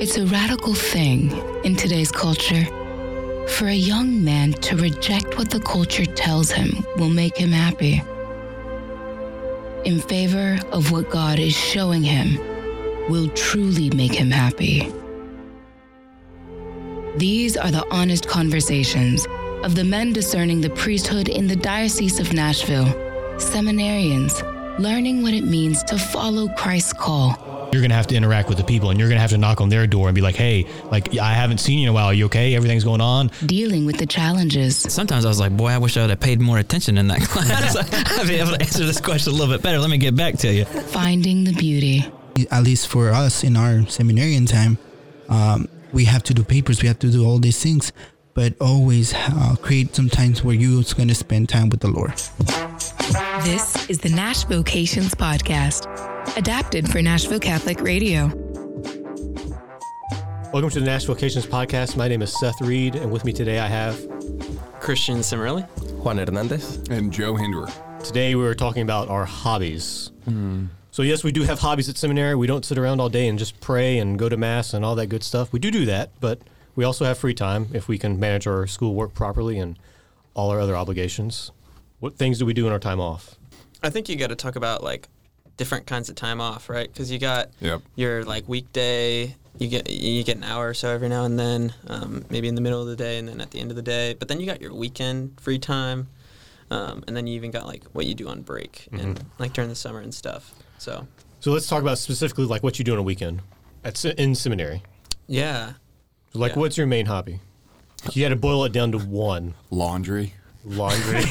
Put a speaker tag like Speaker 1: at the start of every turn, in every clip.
Speaker 1: It's a radical thing in today's culture for a young man to reject what the culture tells him will make him happy in favor of what God is showing him will truly make him happy. These are the honest conversations of the men discerning the priesthood in the Diocese of Nashville, seminarians learning what it means to follow Christ's call.
Speaker 2: You're going to have to interact with the people and you're going to have to knock on their door and be like, hey, like, I haven't seen you in a while. Are you okay? Everything's going on.
Speaker 1: Dealing with the challenges,
Speaker 3: Sometimes I was like, boy, I wish I would have paid more attention in that class. I'd be able to answer this question a little bit better. Let me get back to you.
Speaker 1: finding the beauty,
Speaker 4: at least for us in our seminarian time, um, we have to do papers, we have to do all these things, but always uh, create some times where you're going to spend time with the Lord.
Speaker 5: This is the Nash Vocations Podcast, adapted for Nashville Catholic Radio.
Speaker 6: Welcome to the Nashville Vocations Podcast. My name is Seth Reed, and with me today I have.
Speaker 3: Christian Cimarelli?
Speaker 7: Juan Hernandez.
Speaker 8: and Joe Hinderer.
Speaker 6: Today we were talking about our hobbies. So, yes, we do have hobbies at seminary. We don't sit around all day and just pray and go to Mass and all that good stuff. We do do that, but we also have free time if we can manage our schoolwork properly and all our other obligations. What things do we do in our time off?
Speaker 9: I think you got to talk about like different kinds of time off, right? Because you got
Speaker 8: Yep.
Speaker 9: your like weekday, you get you get an hour or so every now and then, um, maybe in the middle of the day and then at the end of the day. But then you got your weekend free time, um, and then you even got like what you do on break and like during the summer and stuff. So
Speaker 6: So, let's talk about specifically like what you do on a weekend at, se- in seminary.
Speaker 9: yeah,
Speaker 6: So, like,
Speaker 9: Yeah.
Speaker 6: what's your main hobby? If You had to boil it down to one
Speaker 8: Laundry.
Speaker 6: laundry,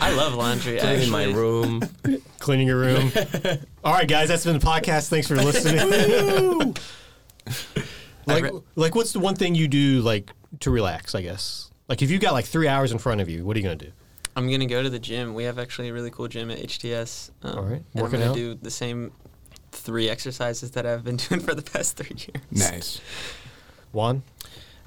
Speaker 9: I love laundry.
Speaker 7: In
Speaker 9: actually.
Speaker 7: my room.
Speaker 6: cleaning your room. All right, guys, that's been the podcast. Thanks for listening. like,
Speaker 9: re-
Speaker 6: like, what's the one thing you do like to relax? I guess. Like, if you got like three hours in front of you, what are you gonna do?
Speaker 9: I'm gonna go to the gym. We have actually a really cool gym at HTS. Um,
Speaker 6: All right,
Speaker 9: and I'm
Speaker 6: working
Speaker 9: gonna
Speaker 6: out?
Speaker 9: do the same three exercises that I've been doing for the past three years.
Speaker 8: Nice.
Speaker 6: Juan,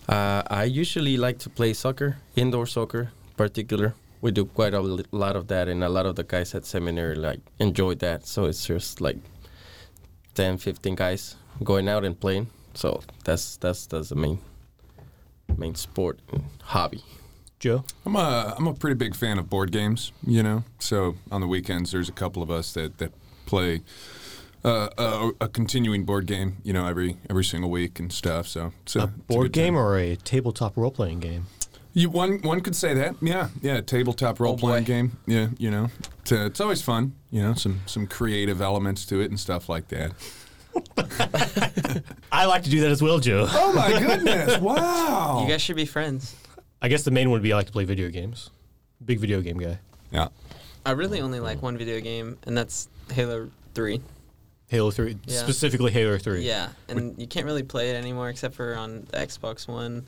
Speaker 7: Uh, I usually like to play soccer, indoor soccer in particular. We do quite a li- lot of that, and a lot of the guys at seminary like enjoy that. So it's just like 10, 15 guys going out and playing. So that's that's that's the main main sport and hobby.
Speaker 6: Joe,
Speaker 8: I'm a I'm a pretty big fan of board games, you know. So on the weekends, there's a couple of us that that play uh, a, a continuing board game, you know, every every single week and stuff. So, so
Speaker 6: a board game or a tabletop role playing game?
Speaker 8: you, one one could say that, yeah, yeah, tabletop role playing game, yeah, you know. It's, uh, it's always fun, you know, some some creative elements to it and stuff like that.
Speaker 6: I like to do that as well, Joe.
Speaker 8: Oh my goodness! Wow.
Speaker 9: You guys should be friends.
Speaker 6: I guess the main one would be I like to play video games. Big video game guy.
Speaker 8: yeah.
Speaker 9: I really only like one video game, and that's Halo 3.
Speaker 6: Halo Three,
Speaker 9: Yeah.
Speaker 6: specifically Halo Three.
Speaker 9: Yeah, and you can't really play it anymore except for on the Xbox One.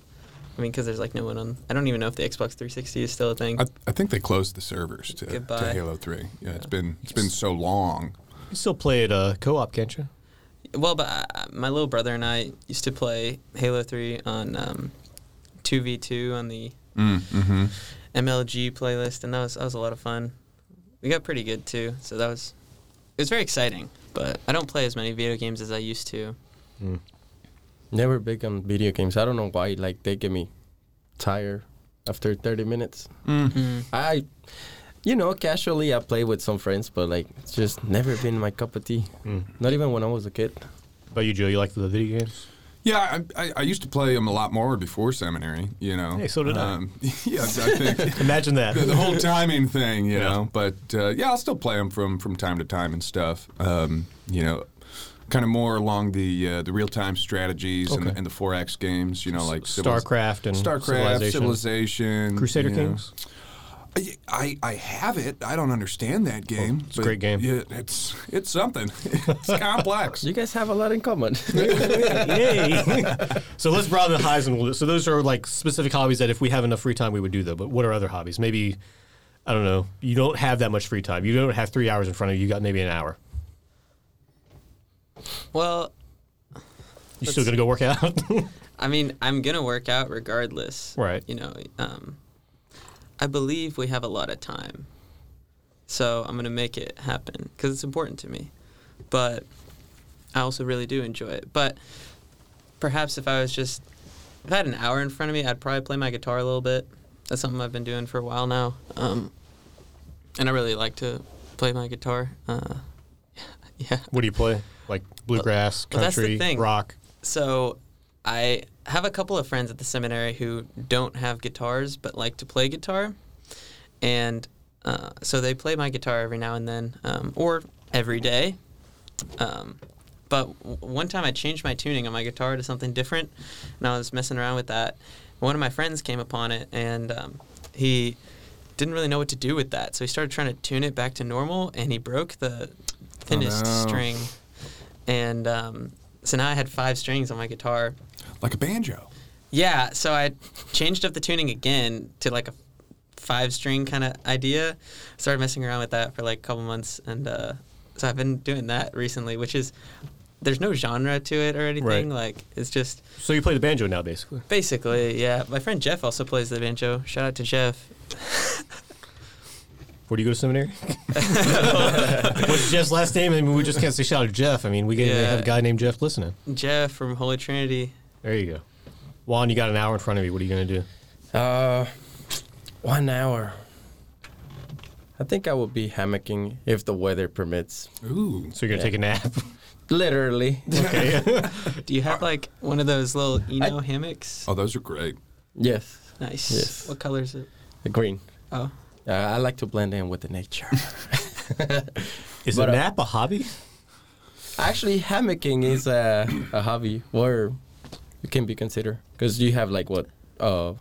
Speaker 9: I mean, because there's like no one on. I don't even know if the Xbox 360 is still a thing.
Speaker 8: I, I think they closed the servers to, to
Speaker 9: Goodbye.
Speaker 8: Halo Three. Yeah, it's been it's been so long.
Speaker 6: You still play it uh, co op, can't you?
Speaker 9: well, but I, my little brother and I used to play Halo 3 on um, 2v2 on the MLG playlist, and that was that was a lot of fun. We got pretty good too, so that was it was very exciting. But I don't play as many video games as I used to.
Speaker 7: Never big on video games. I don't know why. Like they get me tired after 30 minutes. I, you know, casually I play with some friends, but like it's just never been my cup of tea. Not even when I was a kid.
Speaker 6: But you, Joe, you like the video games?
Speaker 8: Yeah, I, I, I used to play them a lot more before seminary. You know.
Speaker 6: Hey, so did I.
Speaker 8: yeah, I think
Speaker 6: Imagine that.
Speaker 8: the whole timing thing. You know, but uh, yeah, I'll still play them from from time to time and stuff. Um, you know. Kind of more along the uh, the real time strategies
Speaker 6: Okay.
Speaker 8: and, and the forex games, you know, like civil-
Speaker 6: Starcraft and
Speaker 8: Starcraft,
Speaker 6: Civilization.
Speaker 8: Civilization,
Speaker 6: Crusader
Speaker 8: you know.
Speaker 6: Kings.
Speaker 8: I, I I have it. I don't understand that game.
Speaker 6: it's a great game.
Speaker 8: Yeah, it's it's something. It's complex.
Speaker 7: You guys have a lot in common.
Speaker 6: Yay! so let's broaden the horizon a little bit. So those are like specific hobbies that if we have enough free time, we would do though. But what are other hobbies? Maybe I don't know. You don't have that much free time. You don't have three hours in front of you. You got maybe an hour.
Speaker 9: Well,
Speaker 6: You still gonna go work out?
Speaker 9: I mean, I'm gonna work out regardless.
Speaker 6: Right.
Speaker 9: You know, um, I believe we have a lot of time, so I'm gonna make it happen because it's important to me. But I also really do enjoy it. But perhaps if I was just if I had an hour in front of me, I'd probably play my guitar a little bit. That's something I've been doing for a while now, um, and I really like to play my guitar. Uh, yeah.
Speaker 6: What do you play? Like bluegrass,
Speaker 9: well, that's the
Speaker 6: country,
Speaker 9: thing.
Speaker 6: rock.
Speaker 9: So I have a couple of friends at the seminary who don't have guitars but like to play guitar, and uh, so they play my guitar every now and then, um, or every day. Um, but w- one time I changed my tuning on my guitar to something different, and I was messing around with that. One of my friends came upon it, and um, he didn't really know what to do with that, so he started trying to tune it back to normal, and he broke the thinnest
Speaker 8: no.
Speaker 9: string, and um, so now I had five strings on my guitar.
Speaker 8: Like a banjo.
Speaker 9: Yeah, so I changed up the tuning again to like a five string kind of idea. Started messing around with that for like a couple months, and uh, so I've been doing that recently, which is there's no genre to it or anything. Like it's just
Speaker 6: So you play the banjo now, basically.
Speaker 9: basically, yeah. My friend Jeff also plays the banjo. Shout out to Jeff.
Speaker 6: Where do you go to seminary? What's Jeff's last name? I mean, we just can't say shout out to Jeff. I mean, we can
Speaker 9: Yeah.
Speaker 6: have a guy named Jeff listening.
Speaker 9: Jeff from Holy Trinity.
Speaker 6: There you go. Juan, you got an hour in front of you. What are you going to do?
Speaker 7: Uh, one hour. I think I will be hammocking if the weather permits.
Speaker 8: Ooh.
Speaker 6: So you're going to take a nap?
Speaker 7: Literally.
Speaker 9: Do you have like one of those little Eno hammocks?
Speaker 8: Oh, those are great.
Speaker 7: yes.
Speaker 9: Nice.
Speaker 7: yes.
Speaker 9: What color is it?
Speaker 7: Green.
Speaker 9: Oh.
Speaker 7: Uh, I like to blend in with the nature.
Speaker 6: Is
Speaker 7: But,
Speaker 6: a
Speaker 7: uh,
Speaker 6: nap a hobby?
Speaker 7: Actually, hammocking is a, a hobby or it can be considered because you have like what uh,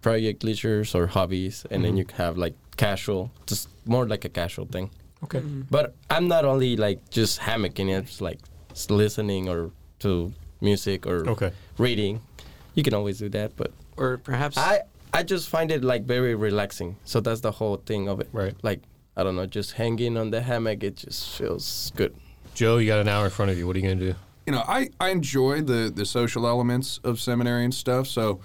Speaker 7: project leisures or hobbies, and then you have like casual, just more like a casual thing.
Speaker 6: Okay.
Speaker 8: Mm-hmm.
Speaker 7: But I'm not only like just hammocking; it's like s- listening or to music or
Speaker 6: Okay.
Speaker 7: reading. You can always do that, but
Speaker 9: Or perhaps
Speaker 7: I I just find it like very relaxing. So that's the whole thing of it.
Speaker 6: Right.
Speaker 7: Like I don't know, just hanging on the hammock, it just feels good.
Speaker 6: Joe, you got an hour in front of you. What are you going to do?
Speaker 8: you know, I, I enjoy the, the social elements of seminary and stuff. So,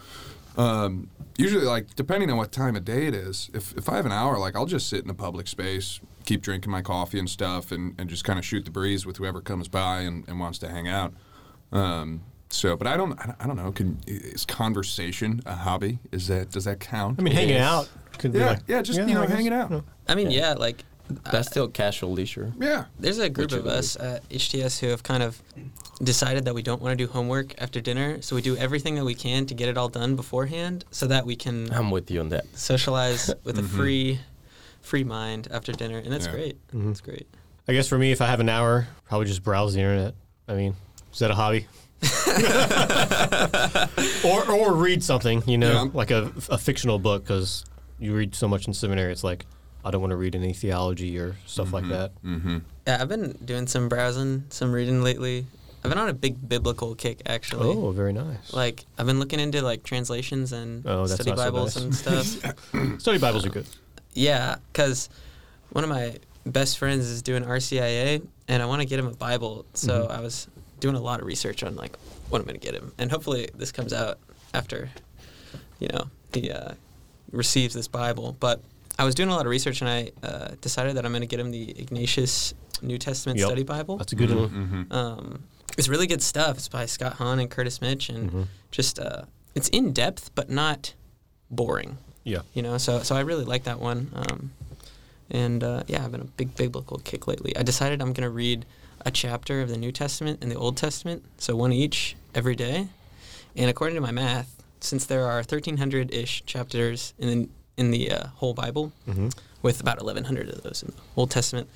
Speaker 8: um, usually, like, depending on what time of day it is, if, if I have an hour, like, I'll just sit in a public space, keep drinking my coffee and stuff, and, and just kind of shoot the breeze with whoever comes by and, and wants to hang out. Um, so, but I don't, I don't- I don't know. Can is conversation a hobby? Is that does that count?
Speaker 6: I mean, hanging
Speaker 7: Yes.
Speaker 6: out could be
Speaker 8: yeah,
Speaker 6: like,
Speaker 8: yeah, just
Speaker 6: yeah,
Speaker 8: you know,
Speaker 6: I guess.
Speaker 8: hanging out.
Speaker 9: I mean, yeah, like
Speaker 7: That's still casual leisure.
Speaker 8: Yeah,
Speaker 9: There's a group
Speaker 7: Which
Speaker 9: of
Speaker 7: is-
Speaker 9: us at HTS who have kind of decided that we don't want to do homework after dinner, so we do everything that we can to get it all done beforehand, so that we can
Speaker 7: I'm with you on that.
Speaker 9: socialize with a free, free mind after dinner, and that's
Speaker 8: Yeah.
Speaker 9: great.
Speaker 6: Mm-hmm.
Speaker 9: That's great.
Speaker 6: I guess for me, if I have an hour, probably just browse the internet. I mean, is that a hobby? or or read something, you know,
Speaker 8: Yeah.
Speaker 6: like a, a fictional book, because you read so much in seminary. It's like I don't want to read any theology or stuff
Speaker 8: Mm-hmm.
Speaker 6: like that.
Speaker 9: Yeah, I've been doing some browsing, some reading lately. I've been on a big biblical kick actually.
Speaker 6: Oh, very nice.
Speaker 9: Like I've been looking into like translations and
Speaker 6: Oh, that's
Speaker 9: study
Speaker 6: not so
Speaker 9: Bibles
Speaker 6: bad.
Speaker 9: and stuff.
Speaker 6: Study Bibles are good.
Speaker 9: Yeah, because one of my best friends is doing RCIA, and I want to get him a Bible.
Speaker 6: Mm-hmm.
Speaker 9: So I was doing a lot of research on like what I'm going to get him, and hopefully this comes out after, you know, he uh, receives this Bible. But I was doing a lot of research, and I uh, decided that I'm going to get him the Ignatius New Testament
Speaker 6: Yep.
Speaker 9: Study Bible.
Speaker 6: That's a
Speaker 8: Mm-hmm.
Speaker 6: good one.
Speaker 9: Um, it's really good stuff. It's by Scott Hahn and Curtis Mitch, and
Speaker 6: Mm-hmm.
Speaker 9: just uh, it's in depth but not boring
Speaker 6: Yeah.
Speaker 9: you know so so i really like that one um, and uh, yeah i've been a big biblical kick lately i decided i'm going to read a chapter of the new testament and the old testament so one each every day and according to my math since there are 1300-ish chapters in the, in the uh, whole bible with about 1100 of those in the old testament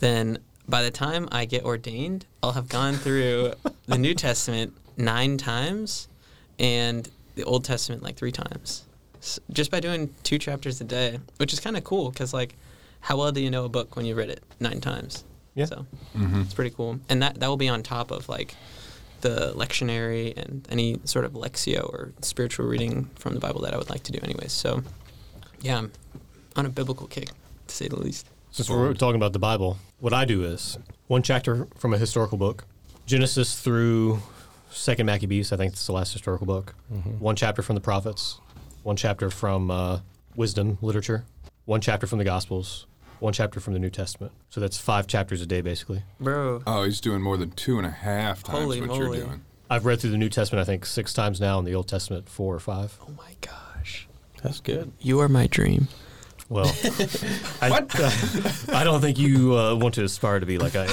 Speaker 9: then by the time i get ordained i'll have gone through the new testament nine times and the old testament like three times s- just by doing two chapters a day, which is kind of cool because like, how well do you know a book when you read it nine times?
Speaker 6: Yeah.
Speaker 9: so it's pretty cool, and that that will be on top of like the lectionary and any sort of lexio or spiritual reading from the Bible that I would like to do, anyways. So, yeah, I'm on a biblical kick to say the least.
Speaker 6: Since we're talking about the Bible, what I do is one chapter from a historical book, Genesis through Second Maccabees. I think it's the last historical book. One chapter from the prophets, one chapter from uh, wisdom literature, one chapter from the Gospels, one chapter from the New Testament. So that's five chapters a day, basically.
Speaker 9: Bro,
Speaker 8: Oh, he's doing more than two and a half times
Speaker 9: Holy
Speaker 8: what
Speaker 9: moly.
Speaker 8: you're doing.
Speaker 6: I've read through the New Testament, I think, six times now, and the Old Testament four or five.
Speaker 9: Oh my gosh.
Speaker 7: That's good.
Speaker 9: You are my dream.
Speaker 6: Well, I, I don't think you uh, want to aspire to be like I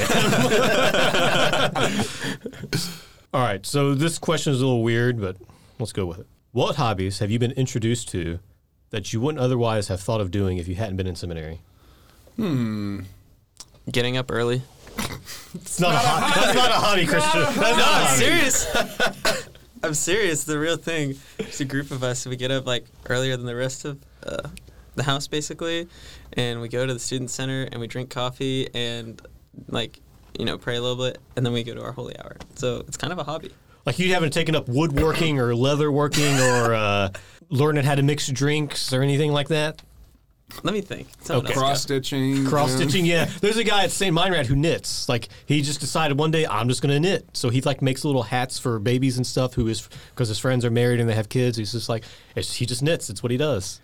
Speaker 6: am. All right, so this question is a little weird, but let's go with it. What hobbies have you been introduced to that you wouldn't otherwise have thought of doing if you hadn't been in seminary?
Speaker 9: Getting up early.
Speaker 6: It's not, a, hobby. That's not a hobby, Christian. That's
Speaker 9: No,
Speaker 6: not a
Speaker 9: I'm
Speaker 6: hobby.
Speaker 9: serious. I'm serious. The real thing. It's a group of us. We get up like earlier than the rest of uh, the house, basically, and we go to the student center and we drink coffee and like you know pray a little bit, and then we go to our holy hour. So it's kind of a hobby.
Speaker 6: Like you haven't taken up woodworking or leatherworking or uh, learning how to mix drinks or anything like that.
Speaker 9: Let me think. Someone else go.
Speaker 8: Cross stitching.
Speaker 6: Cross stitching, yeah. There's a guy at St. Meinrad who knits. Like he just decided one day I'm just gonna knit. So he like makes little hats for babies and stuff. Who is because his friends are married and they have kids. He's just like it's, he just knits. It's what he does.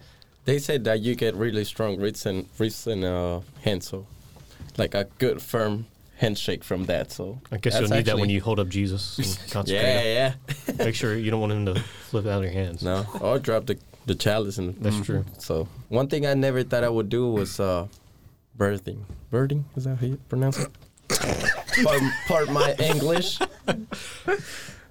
Speaker 7: They said that you get really strong wrists and wrists and uh, hands, so like a good firm handshake from that. So
Speaker 6: I guess
Speaker 7: that's
Speaker 6: you'll need that when
Speaker 7: actually-
Speaker 6: you hold up Jesus and consecrate
Speaker 7: Yeah,
Speaker 6: him.
Speaker 7: yeah.
Speaker 6: Make sure you don't want him to flip out of your hands.
Speaker 7: No, or drop Oh, the the chalice and
Speaker 6: That's true.
Speaker 7: So one thing I never thought I would do was uh, birthing. Birding is that how you pronounce it? part, part my English.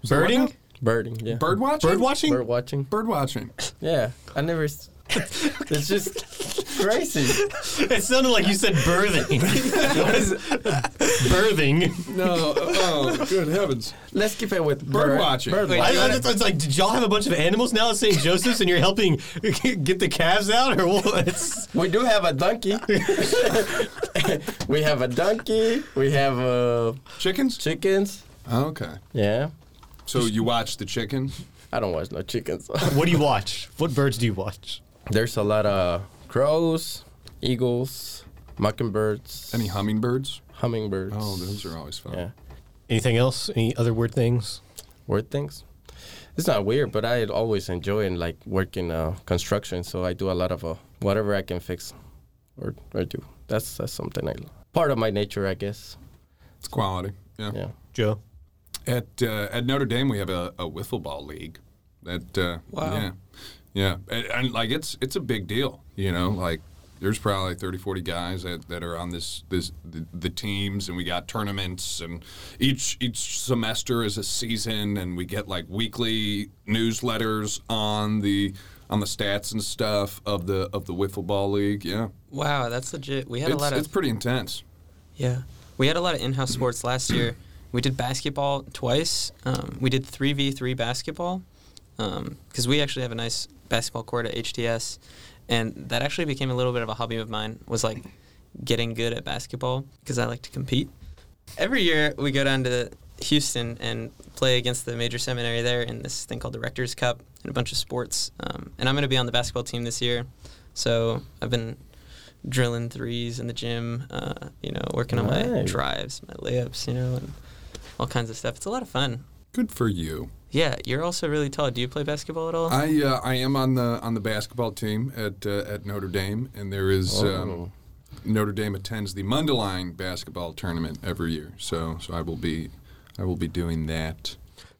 Speaker 6: Birding,
Speaker 7: Birding. Yeah.
Speaker 8: Bird watching.
Speaker 6: bird watching.
Speaker 7: Bird watching.
Speaker 8: Bird watching.
Speaker 7: Yeah. I never. s- it's just crazy.
Speaker 6: It sounded like you said birthing. birthing.
Speaker 8: No. Oh, good heavens.
Speaker 7: Let's keep it with
Speaker 8: Bird watching.
Speaker 7: Bird
Speaker 6: I,
Speaker 7: watching.
Speaker 6: I, it's it's like, did y'all have a bunch of animals now at St. Joseph's and you're helping get the calves out or what? It's,
Speaker 7: We do have a donkey. we have a donkey. We have uh,
Speaker 8: Chickens.
Speaker 7: chickens.
Speaker 8: Okay.
Speaker 7: Yeah.
Speaker 8: So you watch the chickens.
Speaker 7: I don't watch no chickens.
Speaker 6: what do you watch? What birds do you watch?
Speaker 7: There's a lot of crows, eagles, mockingbirds,
Speaker 8: Any hummingbirds?
Speaker 7: hummingbirds.
Speaker 8: Oh, those are always fun.
Speaker 7: yeah.
Speaker 6: Anything else? Any other weird things?
Speaker 7: Weird things. It's not weird, but I always enjoy and like working uh, construction, so I do a lot of uh, whatever I can fix or, or do. That's that's something I part of my nature, I guess.
Speaker 8: It's quality. Yeah.
Speaker 7: Yeah.
Speaker 6: Joe?
Speaker 8: At uh, at Notre Dame, we have a, a wiffle ball league. That uh,
Speaker 9: Wow.
Speaker 8: Yeah, yeah, and, and like it's it's a big deal. You know, like there's probably 30, 40 guys that, that are on this this the, the teams, and we got tournaments, and each each semester is a season, and we get like weekly newsletters on the on the stats and stuff of the of the wiffle ball league. Yeah,
Speaker 9: Wow, that's legit. We had a
Speaker 8: it's,
Speaker 9: lot
Speaker 8: it's
Speaker 9: of
Speaker 8: pretty intense.
Speaker 9: yeah. We had a lot of in-house sports last year. We did basketball twice. Um, we did three v three basketball because we actually have a nice basketball court at HTS, and that actually became a little bit of a hobby of mine. Was like getting good at basketball because I like to compete. Every year we go down to Houston and play against the major seminary there in this thing called the Rector's Cup and a bunch of sports. Um, and I'm going to be on the basketball team this year, so I've been drilling threes in the gym. Uh, you know, working on my
Speaker 7: Nice.
Speaker 9: drives, my layups. You know, and all kinds of stuff. It's a lot of fun.
Speaker 8: Good for you.
Speaker 9: Yeah, you're also really tall. Do you play basketball at all?
Speaker 8: I uh, I am on the on the basketball team at uh, at Notre Dame, and there is
Speaker 7: Oh.
Speaker 8: um, Notre Dame attends the Mundelein basketball tournament every year. So so I will be I will be doing that.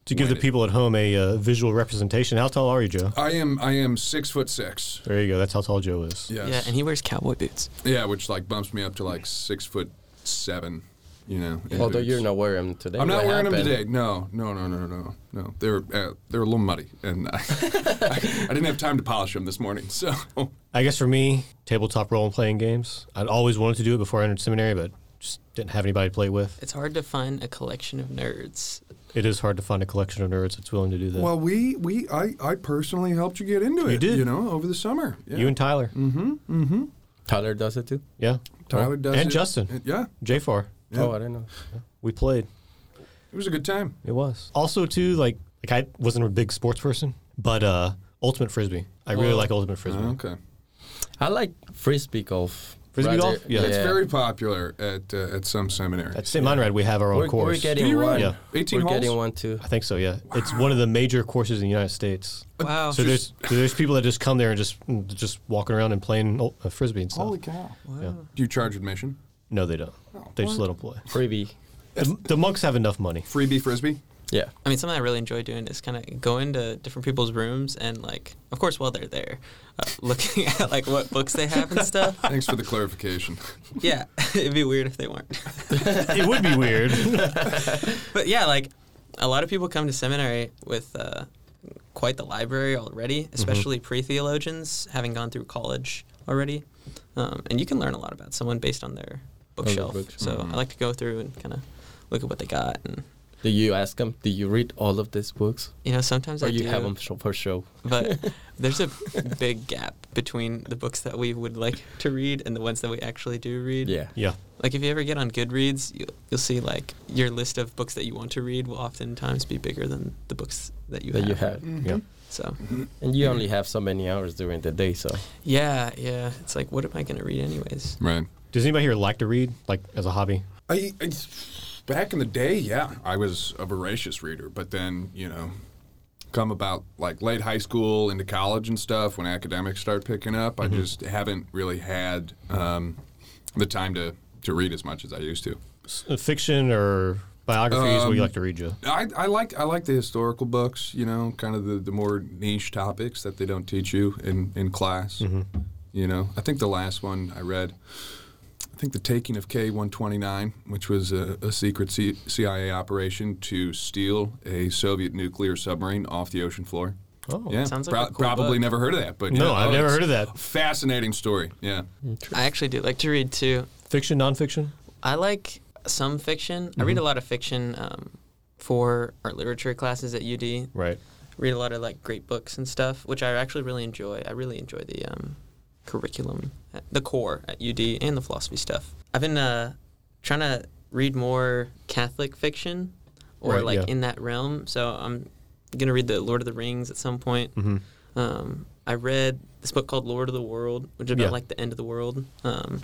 Speaker 6: To give the
Speaker 8: Wait.
Speaker 6: people at home a uh, visual representation, how tall are you, Joe?
Speaker 8: I am I am six foot six.
Speaker 6: There you go. That's how tall Joe is.
Speaker 8: Yes.
Speaker 9: Yeah, and he wears cowboy boots.
Speaker 8: yeah, which like bumps me up to like six foot seven. You know. in
Speaker 7: Although
Speaker 8: boots.
Speaker 7: you're not wearing them today.
Speaker 8: I'm not
Speaker 7: what
Speaker 8: wearing
Speaker 7: happened?
Speaker 8: them today. No, no, no, no, no, no. They're uh, they're a little muddy, and I, I didn't have time to polish them this morning. So
Speaker 6: I guess for me, tabletop role and playing games. I'd always wanted to do it before I entered seminary, but just didn't have anybody to play with.
Speaker 9: It's hard to find a collection of nerds.
Speaker 6: It is hard to find a collection of nerds that's willing to do that.
Speaker 8: Well, we we I, I personally helped you get into it.
Speaker 6: did.
Speaker 8: you know, over the summer. Yeah. Mm.
Speaker 6: you and Tyler.
Speaker 7: Tyler does it too.
Speaker 6: Yeah.
Speaker 8: Tyler does
Speaker 6: And
Speaker 8: it.
Speaker 6: Justin.
Speaker 8: It- yeah,
Speaker 6: JFAR.
Speaker 7: Oh, I don't know.
Speaker 6: We played.
Speaker 8: it was a good time.
Speaker 6: It was. Also too, like like I wasn't a big sports person, but uh Ultimate Frisbee. I really
Speaker 9: Well-
Speaker 6: like Ultimate Frisbee.
Speaker 8: Uh, Okay,
Speaker 7: I like frisbee golf.
Speaker 6: Frisbee golf? Yeah.
Speaker 7: it's
Speaker 8: it's very popular at uh, at some seminary.
Speaker 6: At St. Monrad we have our own
Speaker 7: We're,
Speaker 6: course.
Speaker 7: we're getting
Speaker 8: Do you really?
Speaker 7: one.
Speaker 6: Yeah.
Speaker 8: 18
Speaker 7: we're
Speaker 8: holes?
Speaker 7: getting one too.
Speaker 6: I think so, yeah. It's one of the major courses in the United States.
Speaker 9: Wow.
Speaker 6: So there's so there's people that just come there and just just walking around and playing ul- uh, frisbee and stuff.
Speaker 8: cow!
Speaker 6: Yeah.
Speaker 8: Do you charge admission?
Speaker 6: No, they don't. They just let them play.
Speaker 7: Freebie.
Speaker 6: The, the monks have enough money.
Speaker 8: Freebie frisbee?
Speaker 7: Yeah.
Speaker 9: I mean, something I really enjoy doing is kind of go into different people's rooms and like, of course, while they're there, uh, looking at like what books they have and stuff.
Speaker 8: Thanks for the clarification.
Speaker 9: Yeah, it'd be weird if they weren't.
Speaker 6: it would be weird.
Speaker 9: But yeah, like a lot of people come to seminary with uh, quite the library already,
Speaker 7: Mm-hmm.
Speaker 9: especially pre theologians having gone through college already. Um, and you can learn a lot about someone based on their bookshelf.
Speaker 7: books. Mm-hmm.
Speaker 9: So I like to go through and kind of look at what they got. And,
Speaker 7: Do you ask them? Do you read all of these books,
Speaker 9: you know, sometimes
Speaker 7: or
Speaker 9: I
Speaker 7: you
Speaker 9: do,
Speaker 7: have them show for show?
Speaker 9: but there's a big gap between the books that we would like to read and the ones that we actually do read.
Speaker 7: Yeah.
Speaker 6: Yeah.
Speaker 9: Like if you ever get on Goodreads, you, you'll see like your list of books that you want to read will oftentimes be bigger than the books that you
Speaker 7: That
Speaker 9: have.
Speaker 7: you had,
Speaker 6: Yeah.
Speaker 9: So
Speaker 7: and you only have so many hours during the day, so
Speaker 9: yeah, yeah. It's like what am I going to read anyways?
Speaker 8: Right.
Speaker 6: Does anybody here like to read, like as a hobby?
Speaker 8: I, I back in the day, yeah, I was a voracious reader, but then you know, come about like late high school into college and stuff when academics start picking up, I just haven't really had um, the time to to read as much as I used to.
Speaker 6: S- uh, Fiction or biographies? what do you like to read, Joe?
Speaker 8: I, I like I like the historical books, you know, kind of the, the more niche topics that they don't teach you in, in class. You know, I think the last one I read, I think the Taking of K one twenty nine, which was a, a secret C- CIA operation to steal a Soviet nuclear submarine off the ocean floor.
Speaker 6: Oh.
Speaker 8: yeah,
Speaker 9: Sounds like a cool
Speaker 8: probably
Speaker 9: book.
Speaker 8: never heard of that, but
Speaker 6: No,
Speaker 8: yeah,
Speaker 6: I've
Speaker 8: oh,
Speaker 6: never
Speaker 8: it's
Speaker 6: heard of that.
Speaker 8: Fascinating story. Yeah,
Speaker 9: I actually do like to read too.
Speaker 6: Fiction, nonfiction?
Speaker 9: I like some fiction. I
Speaker 7: Mm-hmm.
Speaker 9: read a lot of fiction um, for our literature classes at UD.
Speaker 6: Right.
Speaker 9: Read a lot of like great books and stuff, which I actually really enjoy. I really enjoy the um, curriculum, at the core at UD, and the philosophy stuff. I've been uh, trying to read more Catholic fiction, or
Speaker 6: Right,
Speaker 9: like
Speaker 6: yeah.
Speaker 9: in that realm. So I'm gonna read the Lord of the Rings at some point.
Speaker 6: Mm-hmm.
Speaker 9: Um, I read this book called Lord of the World, which is about
Speaker 6: Yeah.
Speaker 9: like the end of the world. Um,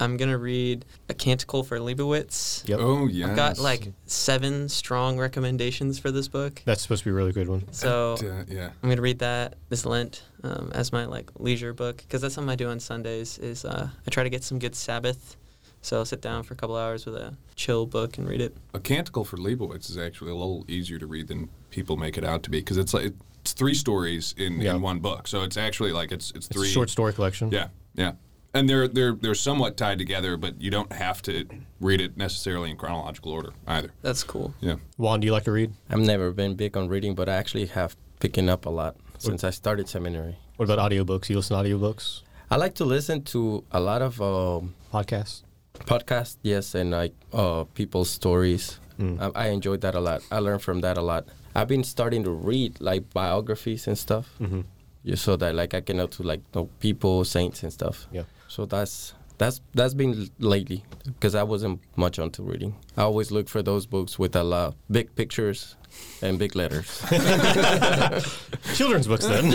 Speaker 9: I'm gonna read A Canticle for Leibowitz.
Speaker 6: Yep.
Speaker 8: oh yeah,
Speaker 9: I've got like seven strong recommendations for this book.
Speaker 6: That's supposed to be a really good one.
Speaker 9: So
Speaker 8: yeah,
Speaker 9: I'm gonna read that this Lent um, as my like leisure book because that's something I do on Sundays. Is uh, I try to get some good Sabbath, so I'll sit down for a couple hours with a chill book and read it.
Speaker 8: A Canticle for Leibowitz is actually a little easier to read than people make it out to be because it's like it's three stories in,
Speaker 6: Yeah.
Speaker 8: in one book, so it's actually like it's it's
Speaker 6: It's
Speaker 8: three
Speaker 6: a short story collection.
Speaker 8: Yeah, yeah, and they're they're they're somewhat tied together, but you don't have to read it necessarily in chronological order either.
Speaker 9: That's cool.
Speaker 8: Yeah,
Speaker 6: Juan, do you like to read?
Speaker 7: I've never been big on reading, but I actually have picking up a lot since I started seminary.
Speaker 6: What about audiobooks? You listen to audiobooks?
Speaker 7: I like to listen to a lot of um,
Speaker 6: Podcasts?
Speaker 7: podcasts, yes, and like uh, people's stories. I, I enjoyed that a lot. I learned from that a lot. I've been starting to read like biographies and stuff, mm-hmm. just so that like I can know to like know people, saints and stuff.
Speaker 6: Yeah.
Speaker 7: So that's that's that's been l- lately because I wasn't much onto reading. I always look for those books with a lot big pictures and big letters.
Speaker 6: Children's books, then.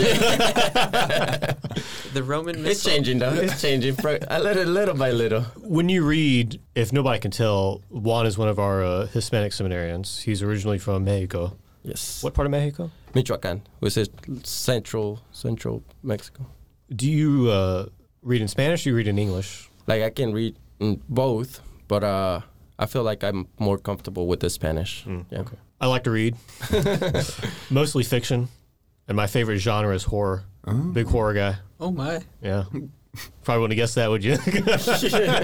Speaker 9: The Roman
Speaker 7: it's
Speaker 9: Missal.
Speaker 7: changing though. It's changing. Pro- I let it little by little.
Speaker 6: when you read, if nobody can tell, Juan is one of our uh, Hispanic seminarians. He's originally from Mexico.
Speaker 7: Yes.
Speaker 6: What part of Mexico?
Speaker 7: Michoacan, which is central central Mexico.
Speaker 6: Do you uh, read in Spanish? Do you read in English?
Speaker 7: Like I can read in both, but uh, I feel like I'm more comfortable with the Spanish. yeah.
Speaker 6: I like to read, mostly fiction, and my favorite genre is horror. Big horror guy.
Speaker 9: Oh my.
Speaker 6: Yeah, probably wouldn't have guessed that, would you?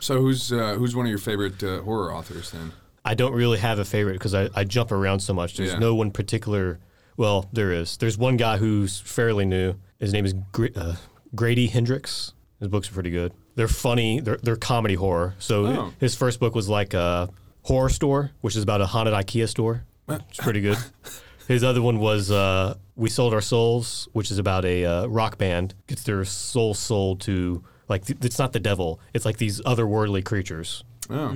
Speaker 8: so who's uh, who's one of your favorite uh, horror authors then?
Speaker 6: I don't really have a favorite because I, I jump around so much. There's
Speaker 8: Yeah.
Speaker 6: no one particular. Well, there is. There's one guy who's fairly new. His name is Gr- uh, Grady Hendrix. His books are pretty good. They're funny. They're, they're comedy horror. So
Speaker 8: Oh.
Speaker 6: his first book was like a horror store, which is about a haunted IKEA store. It's pretty good. His other one was uh, We Sold Our Souls, which is about a uh, rock band gets their soul sold to like th- it's not the devil. It's like these otherworldly creatures.
Speaker 8: Oh,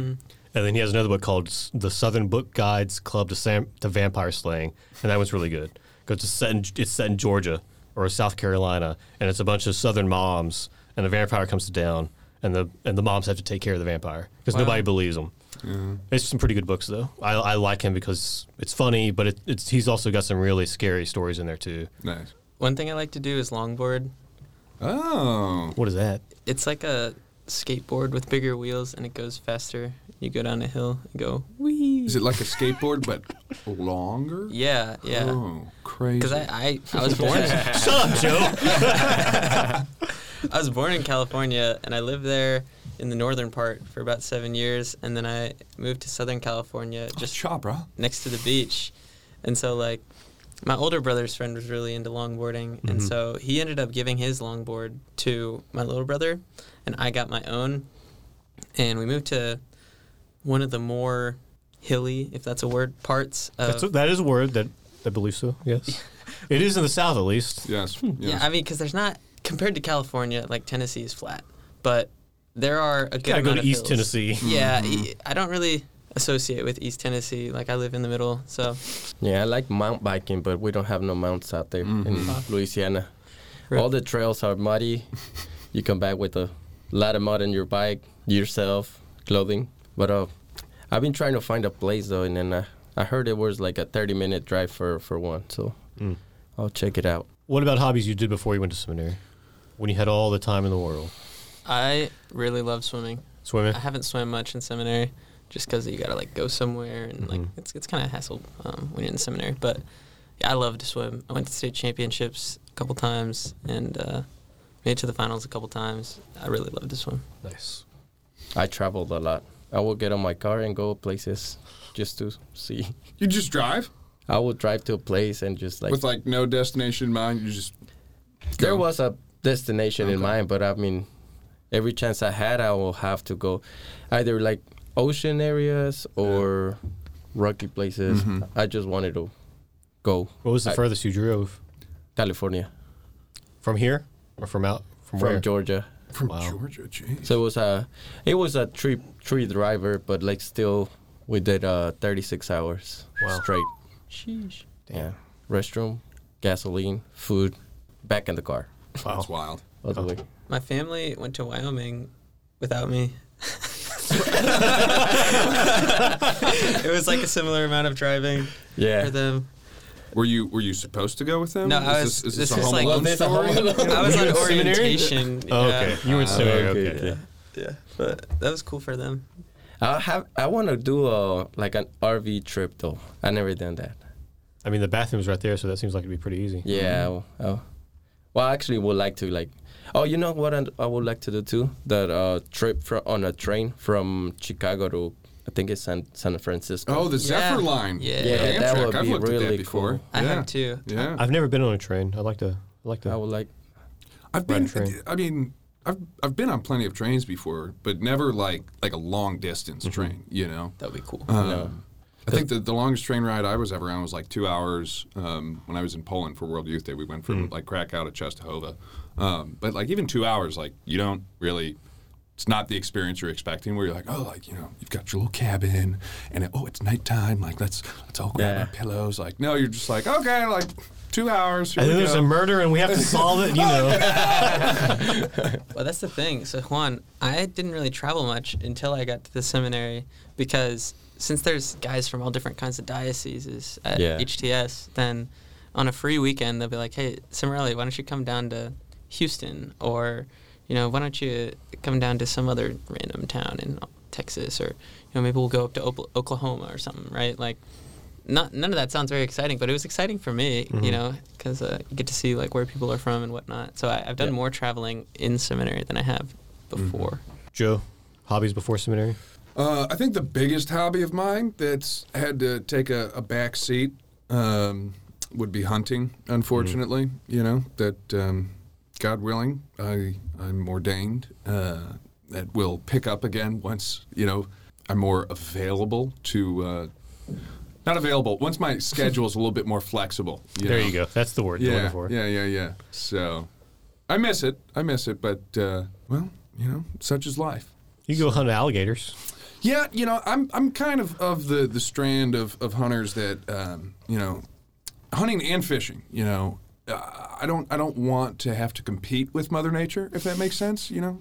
Speaker 6: And then he has another book called S- The Southern Book Guides Club to, Sam- to Vampire Slaying, and that one's really good. 'Cause It's set, in, it's set in Georgia or South Carolina, and it's a bunch of Southern moms, and the vampire comes down, and the and the moms have to take care of the vampire because nobody believes them. It's some pretty good books though. I, I like him because it's funny, but it, it's he's also got some really scary stories in there too.
Speaker 8: nice.
Speaker 9: One thing I like to do is longboard.
Speaker 8: Oh,
Speaker 6: What is that?
Speaker 9: It's like a skateboard with bigger wheels and it goes faster. You go down a hill and go wee.
Speaker 8: Is it like a skateboard but longer?
Speaker 9: Yeah, yeah.
Speaker 8: Oh, crazy.
Speaker 9: Because I, I, I was born
Speaker 2: Shut up, Joe.
Speaker 9: I was born in California and I lived there in the northern part for about seven years and then I moved to Southern California just
Speaker 8: Cha, bruh.
Speaker 9: next to the beach. And so like my older brother's friend was really into longboarding and so he ended up giving his longboard to my little brother and I got my own and we moved to one of the more hilly, if that's a word, parts of
Speaker 2: That's, that is a word that I believe so. Yes, it is in the South at least.
Speaker 8: Yes.
Speaker 9: Hmm. Yeah,
Speaker 8: yes.
Speaker 9: I mean, because there's not compared to California, like Tennessee is flat, but there are a good
Speaker 2: Gotta go
Speaker 9: amount
Speaker 2: to
Speaker 9: of
Speaker 2: East
Speaker 9: hills.
Speaker 2: Tennessee. Mm-hmm.
Speaker 9: Yeah, e- I don't really associate with East Tennessee. Like I live in the middle, so
Speaker 7: Yeah, I like mountain biking, but we don't have no mountains out there in Louisiana.
Speaker 9: Right.
Speaker 7: All the trails are muddy. you come back with a lot of mud on your bike, yourself, clothing. But uh, I've been trying to find a place though, and then uh, I heard it was like a 30 minute drive for, for one. So I'll check it out.
Speaker 2: What about hobbies you did before you went to seminary? When you had all the time in the world,
Speaker 9: I really love swimming.
Speaker 2: swimming.
Speaker 9: I haven't swam much in seminary, just because you gotta like go somewhere and like
Speaker 2: Mm-hmm.
Speaker 9: it's it's kind of hassle um, when you're in seminary. But yeah, I love to swim. I went to state championships a couple times and uh, made it to the finals a couple times. I really love to swim.
Speaker 2: Nice.
Speaker 7: I traveled a lot. I will get on my car and go places just to see.
Speaker 8: You just drive
Speaker 7: I will drive to a place and just like
Speaker 8: with like no destination in mind. You just
Speaker 7: There
Speaker 8: go?
Speaker 7: was a destination in mind, but I mean, every chance I had, I will have to go either like ocean areas or rocky places. I just wanted to go
Speaker 2: What was the
Speaker 7: I-
Speaker 2: furthest you drove
Speaker 7: California
Speaker 2: from here or from out from,
Speaker 7: from
Speaker 2: where?
Speaker 7: Georgia.
Speaker 8: from Georgia. Jeez.
Speaker 7: So it was a it was a trip tree driver, but like still we did uh 36 hours straight.
Speaker 9: Sheesh.
Speaker 7: Yeah, restroom, gasoline, food, back in the car
Speaker 8: That's wild.
Speaker 7: all the way.
Speaker 9: My family went to Wyoming without me. it was like a similar amount of driving
Speaker 7: Yeah.
Speaker 9: for them.
Speaker 8: Were you were you supposed to go with them?
Speaker 9: No,
Speaker 8: is
Speaker 9: I
Speaker 8: This,
Speaker 9: was-
Speaker 8: is this,
Speaker 9: this
Speaker 8: a
Speaker 9: is
Speaker 8: home
Speaker 9: like-
Speaker 8: alone
Speaker 9: Well, this
Speaker 8: story?
Speaker 9: I was
Speaker 2: You
Speaker 9: on
Speaker 2: were in seminary?
Speaker 9: orientation.
Speaker 2: Oh,
Speaker 9: yeah.
Speaker 2: okay. You were in seminary.
Speaker 7: okay,
Speaker 2: okay.
Speaker 7: yeah.
Speaker 9: Yeah, but that was cool for them.
Speaker 7: I have. I want to do a like an RV trip though. I never done that.
Speaker 2: I mean, the bathroom's right there, so that seems like it'd be pretty easy.
Speaker 7: Yeah. I w- I w- well, I actually would like to like. Oh, you know what? I'd- I would like to do too. That uh, trip fro- on a train from Chicago to I think it's San San Francisco.
Speaker 8: Oh, the Zephyr
Speaker 9: Yeah.
Speaker 8: line.
Speaker 9: Yeah.
Speaker 7: Yeah, that
Speaker 8: Amtrak.
Speaker 7: would
Speaker 8: I've
Speaker 7: be
Speaker 8: looked at that
Speaker 7: really
Speaker 8: before.
Speaker 7: cool.
Speaker 9: I
Speaker 8: yeah.
Speaker 9: have too.
Speaker 8: Yeah.
Speaker 2: I'd never been on a train. I'd like to. I'd like
Speaker 7: I
Speaker 2: to.
Speaker 7: would like.
Speaker 8: I've
Speaker 2: Ride a
Speaker 8: been.
Speaker 2: train.
Speaker 8: I mean, I've I've been on plenty of trains before, but never like like a long distance train. You know.
Speaker 9: That'd be cool.
Speaker 8: Um, I think the, the longest train ride I was ever on was like two hours um, when I was in Poland for World Youth Day. We went from like Krakow to Czestochowa. Um, but like even two hours, like you don't really, it's not the experience you're expecting where you're like, oh, like, you know, you've got your little cabin and it, oh, it's nighttime. Like, let's let's all grab our
Speaker 7: Yeah.
Speaker 8: pillows. Like, no, you're just like, okay, like two hours. Here
Speaker 2: and
Speaker 8: we
Speaker 2: then there's
Speaker 8: go.
Speaker 2: a murder, and we have to solve it. You know.
Speaker 9: Well, that's the thing. So, Juan, I didn't really travel much until I got to the seminary because since there's guys from all different kinds of dioceses at
Speaker 7: Yeah.
Speaker 9: HTS, then on a free weekend, they'll be like, hey, Cimarelli, why don't you come down to Houston? Or, you know, why don't you come down to some other random town in Texas? Or, you know, maybe we'll go up to Opl- Oklahoma or something, right? Like, not, none of that sounds very exciting, but it was exciting for me, you know, because uh, you get to see like where people are from and whatnot. So I, I've done more traveling in seminary than I have before.
Speaker 2: Joe, hobbies before seminary.
Speaker 8: Uh, I think the biggest hobby of mine that's had to take a, a back seat um, would be hunting. Unfortunately,
Speaker 2: Mm.
Speaker 8: you know that um, God willing, I I'm ordained. Uh, that will pick up again once you know I'm more available to. Uh, not available. Once my schedule's a little bit more flexible.
Speaker 2: There
Speaker 8: know?
Speaker 2: you go. That's the word you're
Speaker 8: Yeah,
Speaker 2: looking for.
Speaker 8: yeah, yeah, yeah. So, I miss it. I miss it. But uh, well, you know, such is life.
Speaker 2: You go hunt alligators.
Speaker 8: Yeah, you know, I'm I'm kind of of the the strand of of hunters that um, you know, hunting and fishing. You know, uh, I don't I don't want to have to compete with Mother Nature if that makes sense. You know,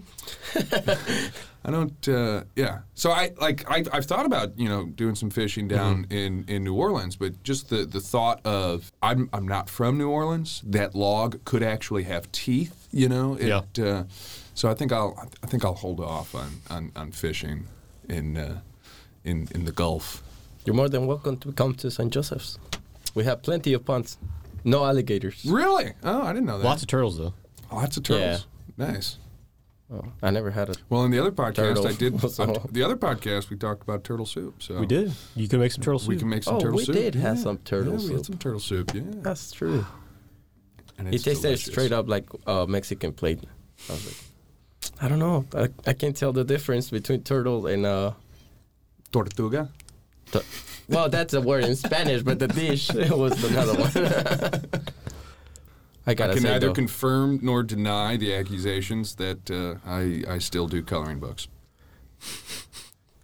Speaker 8: I don't. Uh, yeah, so I like I I've thought about you know doing some fishing
Speaker 7: Mm-hmm.
Speaker 8: down in in New Orleans, but just the the thought of I'm I'm not from New Orleans. That log could actually have teeth. You know, it,
Speaker 2: Yeah.
Speaker 8: uh, so I think I'll I think I'll hold off on on, on fishing in uh, in in the Gulf.
Speaker 7: You're more than welcome to come to St. Joseph's. We have plenty of ponds, no alligators.
Speaker 8: Really? Oh, I didn't know that. Oh,
Speaker 6: Lots of turtles though.
Speaker 8: Lots of turtles. Nice.
Speaker 7: Oh, I never had a
Speaker 8: Well, in the other podcast,
Speaker 7: Turtle.
Speaker 8: I did.
Speaker 7: So-
Speaker 8: uh, the other podcast, we talked about turtle soup. So
Speaker 6: We did. You can make some turtle soup.
Speaker 8: We can make some
Speaker 7: Oh,
Speaker 8: turtle
Speaker 7: we
Speaker 8: soup.
Speaker 7: did have
Speaker 8: Yeah.
Speaker 7: some turtle
Speaker 8: yeah, We
Speaker 7: soup.
Speaker 8: had some turtle soup. Yeah,
Speaker 7: That's true.
Speaker 8: and
Speaker 7: It tasted straight up like a Mexican plate. I was like, I don't know. I, I can't tell the difference between turtle and uh.
Speaker 8: Tortuga.
Speaker 7: tu- well, that's a word in Spanish, but the dish was another one. I gotta
Speaker 8: I can
Speaker 7: say
Speaker 8: neither
Speaker 7: though,
Speaker 8: confirm nor deny the accusations that uh, I I still do coloring books.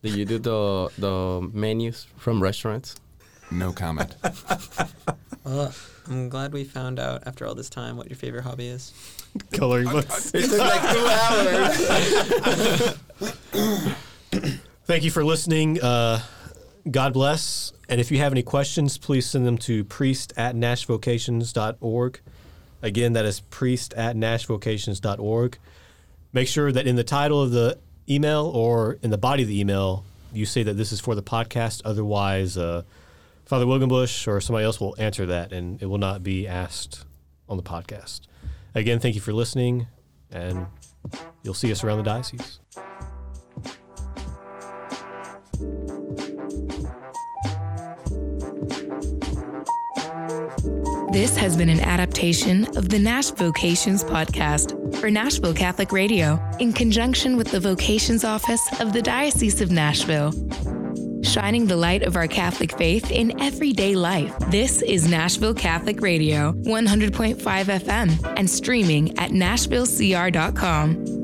Speaker 7: do you do the the menus from restaurants?
Speaker 8: No comment.
Speaker 9: Well, I'm glad we found out after all this time what your favorite hobby is.
Speaker 6: Coloring books.
Speaker 7: It took like two hours.
Speaker 6: Thank you for listening. Uh, God bless. And if you have any questions, please send them to priest at nashvocations.org. Again, that is priest at nashvocations.org. Make sure that in the title of the email or in the body of the email, you say that this is for the podcast. Otherwise, uh, Father Wilgenbush or somebody else will answer that and it will not be asked on the podcast. Again, thank you for listening, and you'll see us around the diocese.
Speaker 1: This has been an adaptation of the Nash Vocations podcast for Nashville Catholic Radio in conjunction with the Vocations Office of the Diocese of Nashville. Shining the light of our Catholic faith in everyday life. This is Nashville Catholic Radio, 100.5 FM, and streaming at nashvillecr.com.